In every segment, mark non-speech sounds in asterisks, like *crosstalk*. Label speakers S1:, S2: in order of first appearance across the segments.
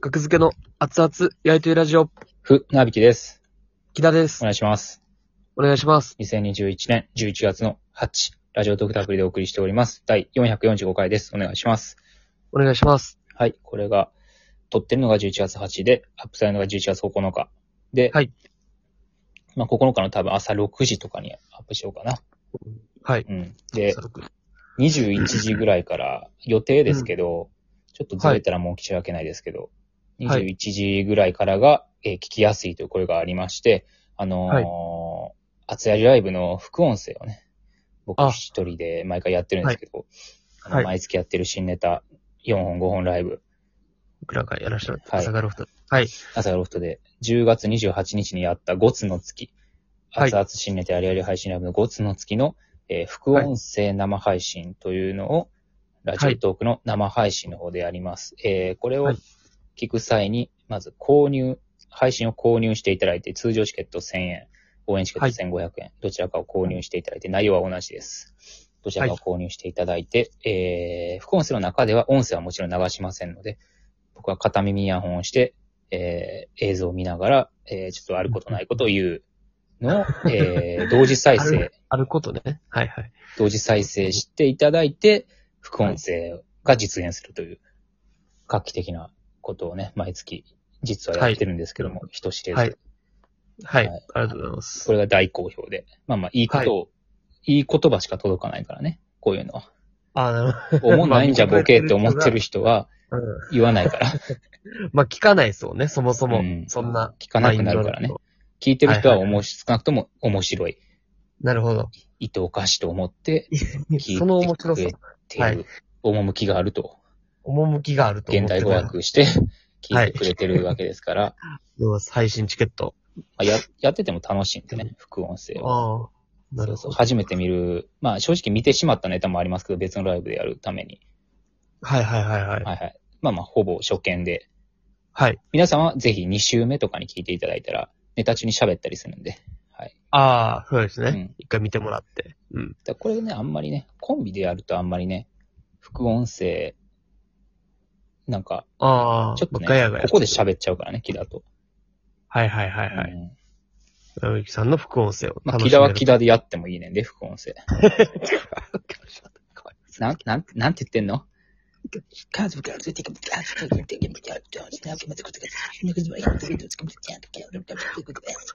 S1: 学付けの熱々焼いてるラジオ、
S2: ふ、なびきです。
S1: 木田で
S2: お
S1: す。
S2: 願いします。
S1: お願いします。
S2: 2021年11月の8、ラジオトークタクリでお送りしております。第445回です。お願いします。
S1: お願いします。
S2: はい、これが、撮ってるのが11月8で、アップされるのが11月9日。で、
S1: はい
S2: まあ、9日の多分朝6時とかにアップしようかな。
S1: はい。
S2: うん。で、21時ぐらいから、予定ですけど、ちょっとずれたらもう申し訳ないですけど、
S1: はい
S2: 21時ぐらいからが、えー聞きやすいという声がありまして、あのー
S1: はい
S2: 厚やりライブの副音声をね、僕
S1: あ
S2: 一人で毎回やってるんですけど、あの
S1: はい
S2: 毎月やってる新ネタ、4本5本ライブ、
S1: 僕らがやらせてもらって、
S2: はい
S1: 朝がロフト。はい。
S2: 朝ロフトで、10月28日にやった5つの月、
S1: はい
S2: 熱々新ネタやりやり配信ライブの5つの月の、えー副音声生配信というのを、ラジオトークの生配信の方でやります。えーこれを
S1: はい
S2: 聞く際に、まず購入、配信を購入していただいて、通常チケット1000円、応援チケット1500円、どちらかを購入していただいて、内容は同じです。どちらかを購入していただいて、えー副音声の中では音声はもちろん流しませんので、僕は片耳イヤホンをして、えー映像を見ながら、えーちょっとあることないことを言うのを、えー同時
S1: *laughs*
S2: 再
S1: あ
S2: 生
S1: る、あることね。はいはい。
S2: 同時再生していただいて、副音声が実現するという、画期的なことをね、毎月、実はやってるんですけども、人知れず、
S1: はいはい。
S2: はい
S1: ありがとうございます
S2: こ。れが大好評で、まあまあ、いいことを、い、い言葉しか届かないからね、こういうのは。
S1: あなるほ
S2: 思わないんじゃ
S1: まあ
S2: ボケって思ってる人
S1: *laughs*
S2: は
S1: ど。
S2: 言わないから、
S1: うん。 *laughs* まあ、聞かないそうね、そもそも。
S2: うん
S1: そんな。
S2: 聞かなくなるから
S1: マインド
S2: ね
S1: のこ
S2: 聞いてる人は
S1: はいはい
S2: 面白少なくとも面白い、
S1: と。なるほど。
S2: 意図おかしと思って聞い
S1: その面
S2: て
S1: 白
S2: く
S1: さ
S2: れ、て
S1: はい
S2: る趣があると、
S1: 趣があると思
S2: 現
S1: って
S2: 代語
S1: も
S2: 訳して
S1: は
S2: 聞い
S1: い
S2: てくれてるわけですから、
S1: らう配信チケット。
S2: まあややってても楽しいんでね、副音声を。
S1: ああ。なる
S2: そ
S1: ほ
S2: うそう
S1: ど。
S2: 初めて見る、まあ正直見てしまったネタもありますけど、別のライブでやるために。
S1: はいはいはいはい。
S2: はいはい。まあまあ、ほぼ初見で。
S1: はい。
S2: 皆さんはぜひ2週目とかに聞いていただいたら、ネタ中に喋ったりするんで。はい。
S1: ああ、そうです
S2: う
S1: ね。
S2: ん。
S1: 一回見てもらって。うん。
S2: だからこれね、あんまりね、コンビでやるとあんまりね、副音声、なんか、
S1: ああ。
S2: ちょっとね、
S1: ガヤガヤ
S2: ここで喋っちゃうからね、木田と。
S1: はいはいはいはい。
S2: うん
S1: なびきさんの副音声を
S2: まあ、
S1: 楽しめる。
S2: 木田は木田でやってもいいねんで、副音声。なん、なん、なんて言ってん *laughs* の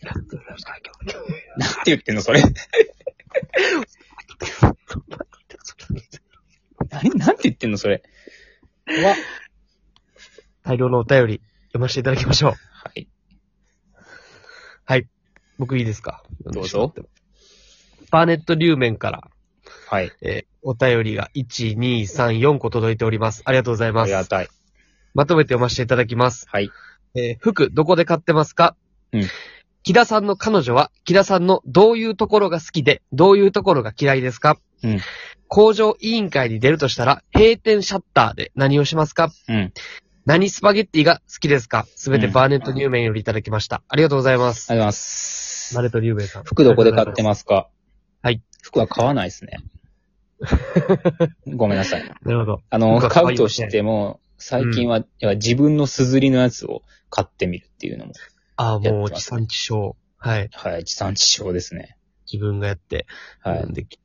S2: なんて言ってんのそれ。何、なんて言ってんのそれ。は、
S1: *laughs* 大量のお便り読ませていただきましょう。
S2: はい。
S1: 僕いいですか
S2: どうぞ。
S1: パーネット流面から、
S2: はい。
S1: えーお便りが1、2、3、4個届いております。ありがとうござい
S2: あ
S1: ま
S2: りが
S1: す。
S2: たい。
S1: まとめて読ませていただきます。
S2: はい。
S1: えー服、どこで買ってますか
S2: うん。
S1: 木田さんの彼女は、木田さんのどういうところが好きで、どういうところが嫌いですか
S2: うん。
S1: 工場委員会に出るとしたら、閉店シャッターで何をしますか
S2: うん。
S1: 何スパゲッティが好きですかすべてバーネット・ニューメンよりいただきました。ありがとうございま
S2: あ
S1: す。
S2: りがとうございます
S1: バー。ネット・ニューメンさん。
S2: 服どこで買って
S1: す
S2: ますか
S1: はい。
S2: 服は買わない *laughs* ですね。ごめんなさい。
S1: なるほど。
S2: あの、
S1: 服は可愛
S2: 買
S1: いうで
S2: と
S1: すね
S2: しても、最近は、いや自分のすずりのやつを買ってみるっていうのも、
S1: ああ、
S2: やって
S1: もう
S2: ます
S1: 地産地消。はい。
S2: はい、地産地消ですね。
S1: 自分がやって。
S2: は
S1: う
S2: い
S1: ん。でき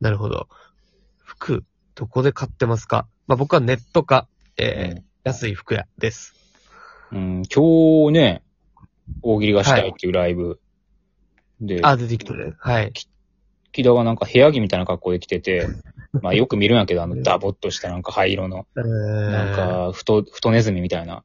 S1: なるほど。服、どこで買ってますかまあ、僕はネットか、えー
S2: うん
S1: 安い服屋です。
S2: うん、今日ね、大喜利がしたいっていうライブで、
S1: あ、出てきたね。はい。
S2: 木田がなんか部屋着みたいな格好で来
S1: *laughs*
S2: てて、まあよく見るんやけど、あの、ダボっとしたなんか灰色の、
S1: えー、
S2: なん、か、太、太ネズミみたいな、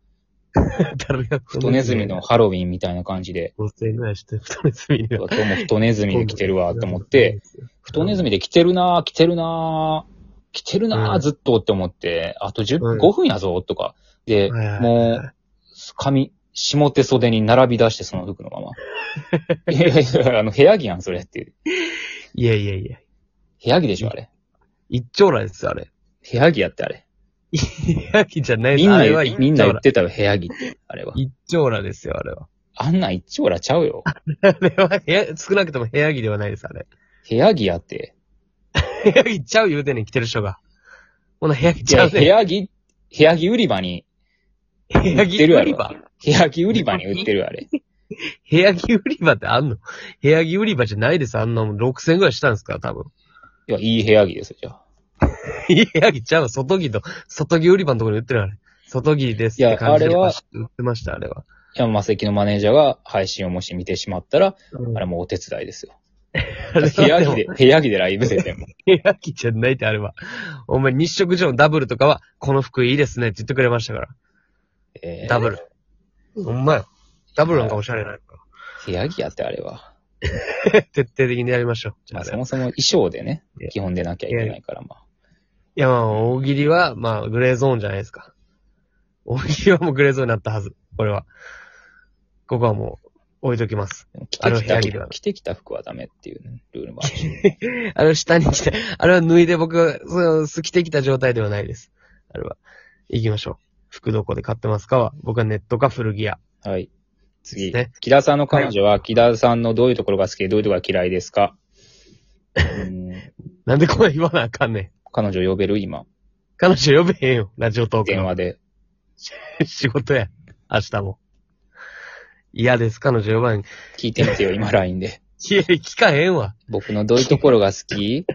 S1: 誰が
S2: 太ネズミの。ハロウィンみたいな感じで、
S1: 5000円ぐらいして、太ネズミ
S2: う
S1: が。
S2: わ今日も太ネズミで来てるわ、と思って、。太ネズミで来てるなぁ、来てるなぁ、来てるな
S1: う
S2: ぁ、
S1: ん
S2: ずっとって思って、あと10、
S1: うん
S2: 5分やぞ、とか。で、
S1: はいはいはい
S2: もう、髪、下手袖に並び出して、その服の
S1: *laughs*
S2: まま。いやいやいや、あの、部屋着やん、それっていう。
S1: いやいやいや。
S2: 部屋着でしょ、あれ。
S1: 一丁羅ですよ、あれ。
S2: 部屋着やって、あれ。
S1: 部屋着じゃない
S2: みん
S1: あ
S2: な
S1: れは、一
S2: みんな
S1: 丁
S2: 言
S1: 羅
S2: っ。てたよ、部屋着って、あれは。
S1: 一丁羅ですよ、あれは。 *laughs*
S2: あんなん一丁らちゃうよ。
S1: あれは部屋、少なくとも部屋着ではないです、あれ。
S2: 部屋着やって。
S1: 部屋着ちゃう言うてんねん、着てる人が。ほな、部屋着
S2: い
S1: ちゃ
S2: や、
S1: う
S2: 部
S1: ねん。
S2: 屋着、部屋着売り場に、
S1: 部屋着
S2: 売ってるやろ
S1: 売り場
S2: 部屋着売り場に売ってる、あれ。
S1: 部屋着売り場ってあんの部屋着売り場じゃないです。あんなもん6000ぐらいしたんですから、多分。
S2: いや、いい部屋着ですよ、じゃあ。
S1: いい部屋着ちゃうわ外着と、外着売り場のところに売ってるあれ。外着ですって感じ
S2: い
S1: で
S2: やあれは
S1: バシッと売ってました、あれは。
S2: 山マセキのマネージャーが配信をもし見てしまったら、あ
S1: あ
S2: れもうお手伝いですよ。
S1: れ
S2: 部屋着で、部屋着でライブ出ても。
S1: 部屋着じゃないってあれは。お前日食所のダブルとかは、この服いいですねって言ってくれましたから。 *laughs*
S2: えー
S1: ダブル。ほんまよ。ダブルなんかおしゃれないか *laughs*
S2: 部屋着やってあれは。
S1: ら。徹底的にやりましょう。じゃあ
S2: まあ
S1: ね
S2: そもそも衣装でね
S1: いや、
S2: 基本でなきゃいけないから、まあ。
S1: いやまあ、大喜利は、まあ、グレーゾーンじゃないですか。 *laughs* 大喜利はもうグレーゾーンになったはず。これは。ここはもう、置いときます。
S2: でも着
S1: あの
S2: て
S1: 部屋着
S2: き
S1: では
S2: た、着てきた服はダメっていうねルールもあるし。
S1: あの、下に来て、あれは脱いで僕、その、着てきた状態ではないです。あれは。行きましょう。服どこで買ってますかは、僕はネットか古着屋。 *laughs*
S2: はい。
S1: で
S2: 次。
S1: すね
S2: 木田さんの彼女は、木田さんのどういうところが好きで、どういうところが嫌いです
S1: *laughs*
S2: かうーん
S1: なんでこんな言わなあかんねん。
S2: 彼女呼べる今、
S1: 彼女呼べへんよ。ラジオトーク
S2: 電
S1: の。
S2: 話で。
S1: 仕事や。明日も。嫌です。彼女呼ばへん。い
S2: 聞いてみてよ、今 LINE で。
S1: や、聞かへんわ。
S2: 僕のどういうところが好
S1: *laughs*
S2: き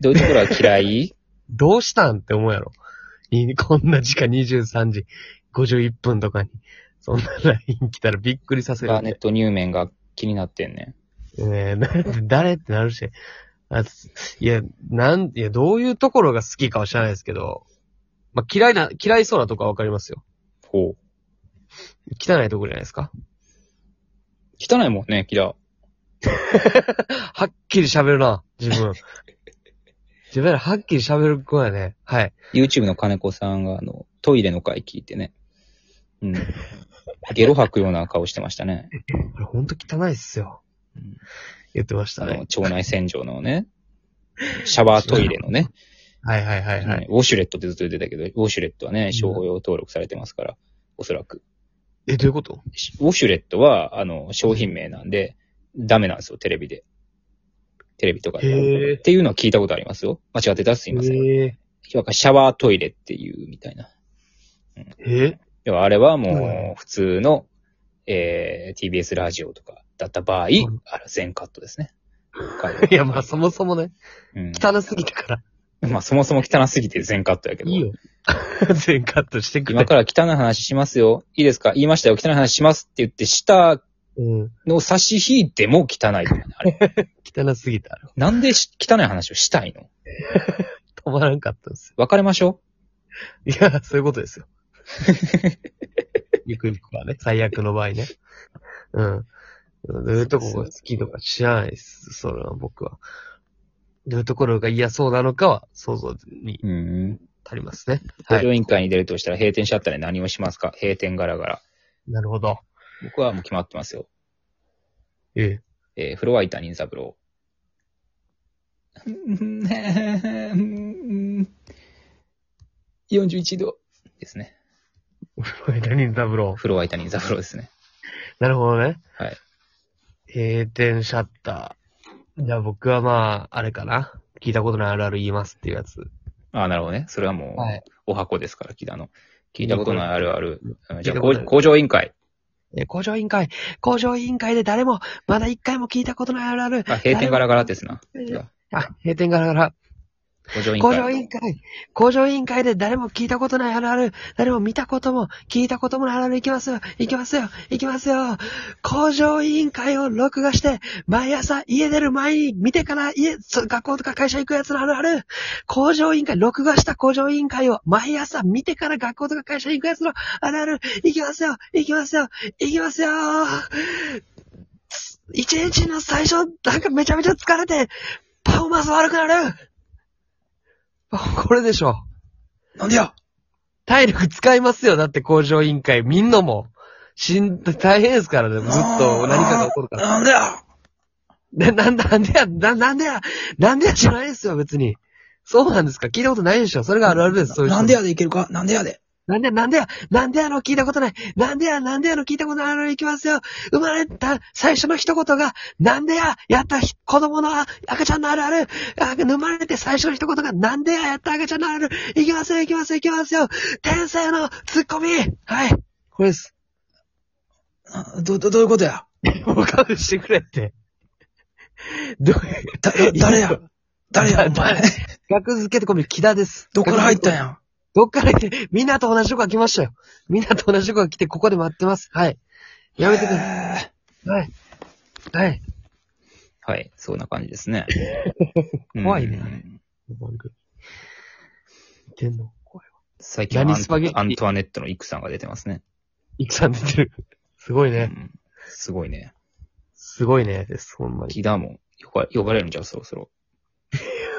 S2: どういうところが嫌い
S1: どうしたんって思うやろ。いこんな時間23時51分とかに、そんな LINE 来たらびっくりさせる
S2: ガー
S1: よ
S2: ネ
S1: ね。
S2: ット入面が気になってんね
S1: ねえなんで誰ってなるし。あいや、なん、いや、どういうところが好きかは知らないですけど、まあ、嫌いな、嫌いそうなとこはわかりますよ。
S2: ん。ほう。
S1: 汚いとこじゃないですか。
S2: 汚いもんね、木田。
S1: はっきり喋るな、自
S2: *laughs*
S1: 分。自分らはっきり喋る子やね。はい。
S2: YouTube の金子さんが、あの、トイレの回聞いてね。うん。ゲロ吐くような顔してまし
S1: *laughs*
S2: たね。
S1: これほんと汚いっすよ
S2: うん。
S1: 言ってました
S2: あ
S1: ね
S2: の、。腸内洗浄のね、シャワートイレのね、
S1: はいはいはい *laughs* はい。
S2: うんウォシュレットってずっと言ってたけど、ウォシュレットはね、商法用登録されてますから、おそらく。
S1: え、どういうこと
S2: ウォシュレットは、あの、商品名なんで、ダメなんですよ、テレビで。テレビとか
S1: へ
S2: で。
S1: ー
S2: っていうのは聞いたことありますよ。間違ってたらすいません。
S1: え
S2: 要はシャワートイレっていうみたいな。
S1: ー、え
S2: 要はあれはも
S1: う
S2: う、普通の、えー、TBS ラジオとかだった場合、あれ
S1: ん
S2: 全カットですね。
S1: *laughs* いや、まあ、そもそもね、
S2: うん
S1: 汚すぎたから。
S2: まあ、そもそも汚すぎて全カットやけど。
S1: いいよ。 *laughs* 全カットしてく
S2: 今
S1: れ。
S2: から汚い話しますよ。いいですか言いましたよ。汚い話しますって言って、下
S1: うん。
S2: の差し引いても汚い。あ
S1: *laughs*
S2: れ、
S1: 汚すぎた。
S2: なんでし汚い話をしたいの
S1: 止まらんかったんです
S2: 別れましょ
S1: よ。いや、そういうこと
S2: *laughs*
S1: ですよ。ゆくゆくはね、最悪の場合ね。うん。どういうとこが好きとか知らないです。それは僕は。どういうところが嫌そうなのかは想像に
S2: う。うん。
S1: 足りますね。は
S2: 工場
S1: い。
S2: 委員会に出るとしたら閉店しちゃったら何をしますか閉店ガラガラ。
S1: なるほど。
S2: 僕はもう決まってますよ。
S1: え
S2: えー、フロア板忍三郎。41度ですね。
S1: え。何ダブロ
S2: フロア板忍三郎ですね。
S1: なるほどね。
S2: はい。
S1: 閉店シャッター。じゃあ僕はまあ、あれかな。聞いたことないあるある言いますっていうやつ。
S2: ああ、なるほどね。それはもう、
S1: はい
S2: お箱ですから、木田の。聞いたことないあるある。うんじゃ
S1: 聞いた
S2: あ、
S1: こと
S2: 工
S1: ない
S2: 工場委員会。
S1: えー工場委員会、工場委員会で誰も、まだ一回も聞いたことないあるある。
S2: あ、閉店ガラガラですな。
S1: 誰
S2: 木
S1: も
S2: 田
S1: あ、閉店ガラガラ。
S2: 工場委員
S1: 工場委員
S2: 会。
S1: 会、工場委員会で誰も聞いたことないあるある。誰も見たことも、聞いたこともないあるある。行きますよ、行きますよ、行きますよ。工場委員会を録画して、毎朝家出る前に見てから家、そ学校とか会社行くやつのあるある。工場委員会、録画した工場委員会を毎朝見てから学校とか会社行くやつのあるある。行きますよ、行きますよ、行きますよ。一日の最初、なんかめちゃめちゃ疲れて、パフォーマンス悪くなるこれでしょ。
S2: なんでよ
S1: 体力使いますよ。だって工場委員会、みんなも。しん、大変ですからね。ずっと何かが起こるから。
S2: なんでよ
S1: な、なんだ、なんでや、な、なんでや、なんでやじゃないですよ、別に。そうなんですか聞いたことないでしょ。それがあるあるです、そういう人
S2: でいけるかなんでやで
S1: なんで、なんでや、なんでやの聞いたことない。なんでや、なんでやの聞いたことないの行きますよ。生まれた最初の一言が、なんでや、やったひ子供のあ赤ちゃんのあるある。あ生まれて最初の一言が、なんでや、やった赤ちゃんのあるある。行きますよ、行きますよ、行きますよ。天才のツッコミ。はい。これです。
S3: あど、ど、どういうことや
S1: おかぶしてくれって。どういう
S3: だ、誰や誰
S2: *laughs*
S3: や、お前。
S1: 逆付けてこみ、木田です。
S3: どっから入ったんや
S1: どっから来て、みんなと同じとこが来ましたよ。みんなと同じとこが来て、ここで待ってます。はい。やめてくださ
S3: へ
S1: い。はい。はい。
S2: *laughs* はい、そんな感じですね。
S1: 怖いね
S2: うん
S1: てんの怖い。
S2: 最近はア
S1: 何
S2: ン
S1: スパゲッティ
S2: アントワネットのイクさんが出てますね。
S1: いくさん出てる。すごいうね。
S2: んすごいね。
S1: すごいね。です、ほんまに。
S2: キダーも呼ば呼ばれるんじゃうそろそろ。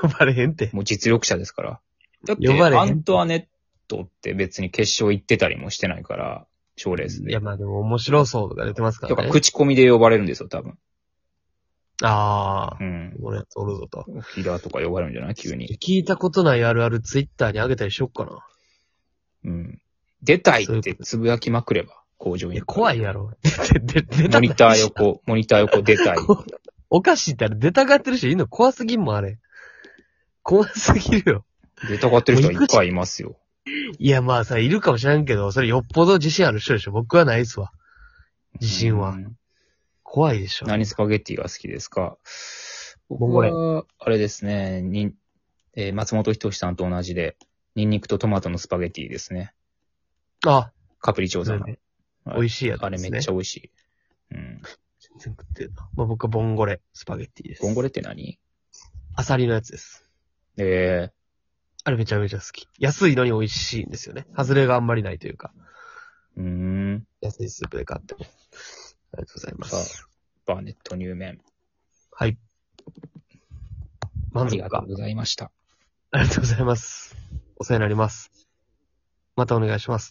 S1: 呼ばれへんって。
S2: もう実力者ですから。だって、
S1: 呼ばれへん
S2: アントワネットって別に決勝行ってたりもしてないから、賞レース
S1: い
S2: で。
S1: や、まあでも面白そうとか出てますか
S2: と
S1: ら
S2: か、
S1: ね。
S2: 口コミで呼ばれるんですよ、多分。
S1: ああ
S2: う。ん。
S1: 俺やつおるぞと。
S2: キダーとか呼ばれるんじゃない急に。
S1: 聞いたことないあるあるツイッターにあげたりしよっかな。
S2: うん。出たい
S1: そうい
S2: っ
S1: うこ
S2: て
S1: と
S2: つぶやきまくれば、工場
S1: い
S2: に
S1: や、。怖いやろ。出て、出出
S2: モ
S1: た
S2: ニター横、モニター横
S1: *laughs*
S2: 出たい。
S1: こおかしいってあれ、出たがってる人いんの怖すぎんもん、あれ。怖すぎるよ。
S2: 出たがってる人は一回いますよ。
S1: いや、まあさ、いるかもしれんけど、それよっぽど自信ある人でしょ。僕はないっすわ。自信は
S2: うん
S1: 怖いでしょ。
S2: 何スパゲッティが好きですか僕
S1: 僕
S2: は、あれですね、に、えー松本人志さんと同じで、ニンニクとトマトのスパゲッティですね。
S1: あ、
S2: カプリチョーザの。
S1: 美味しいやつ
S2: あれ
S1: です
S2: め
S1: ね。
S2: っち
S1: ゃ。
S2: ゃ美味しい。うん。
S1: 全然食ってるな。まあ僕はボンゴレ、スパゲッティです。
S2: ボンゴ
S1: レ
S2: レって何
S1: アサリのやつです。
S2: え
S1: あれめちゃめちゃ好き。安いのに美味しいんですよね。外れがあんまりないというか。
S2: ー、うーん。
S1: 安いスープで買っても。ありがとうございま
S2: さ
S1: す。
S2: あ、バーネット入麺。
S1: はい。
S2: あ
S1: 満足
S2: りがと
S1: か
S2: う。ございました。
S1: ありがとうございます。お世話になります。またお願いします。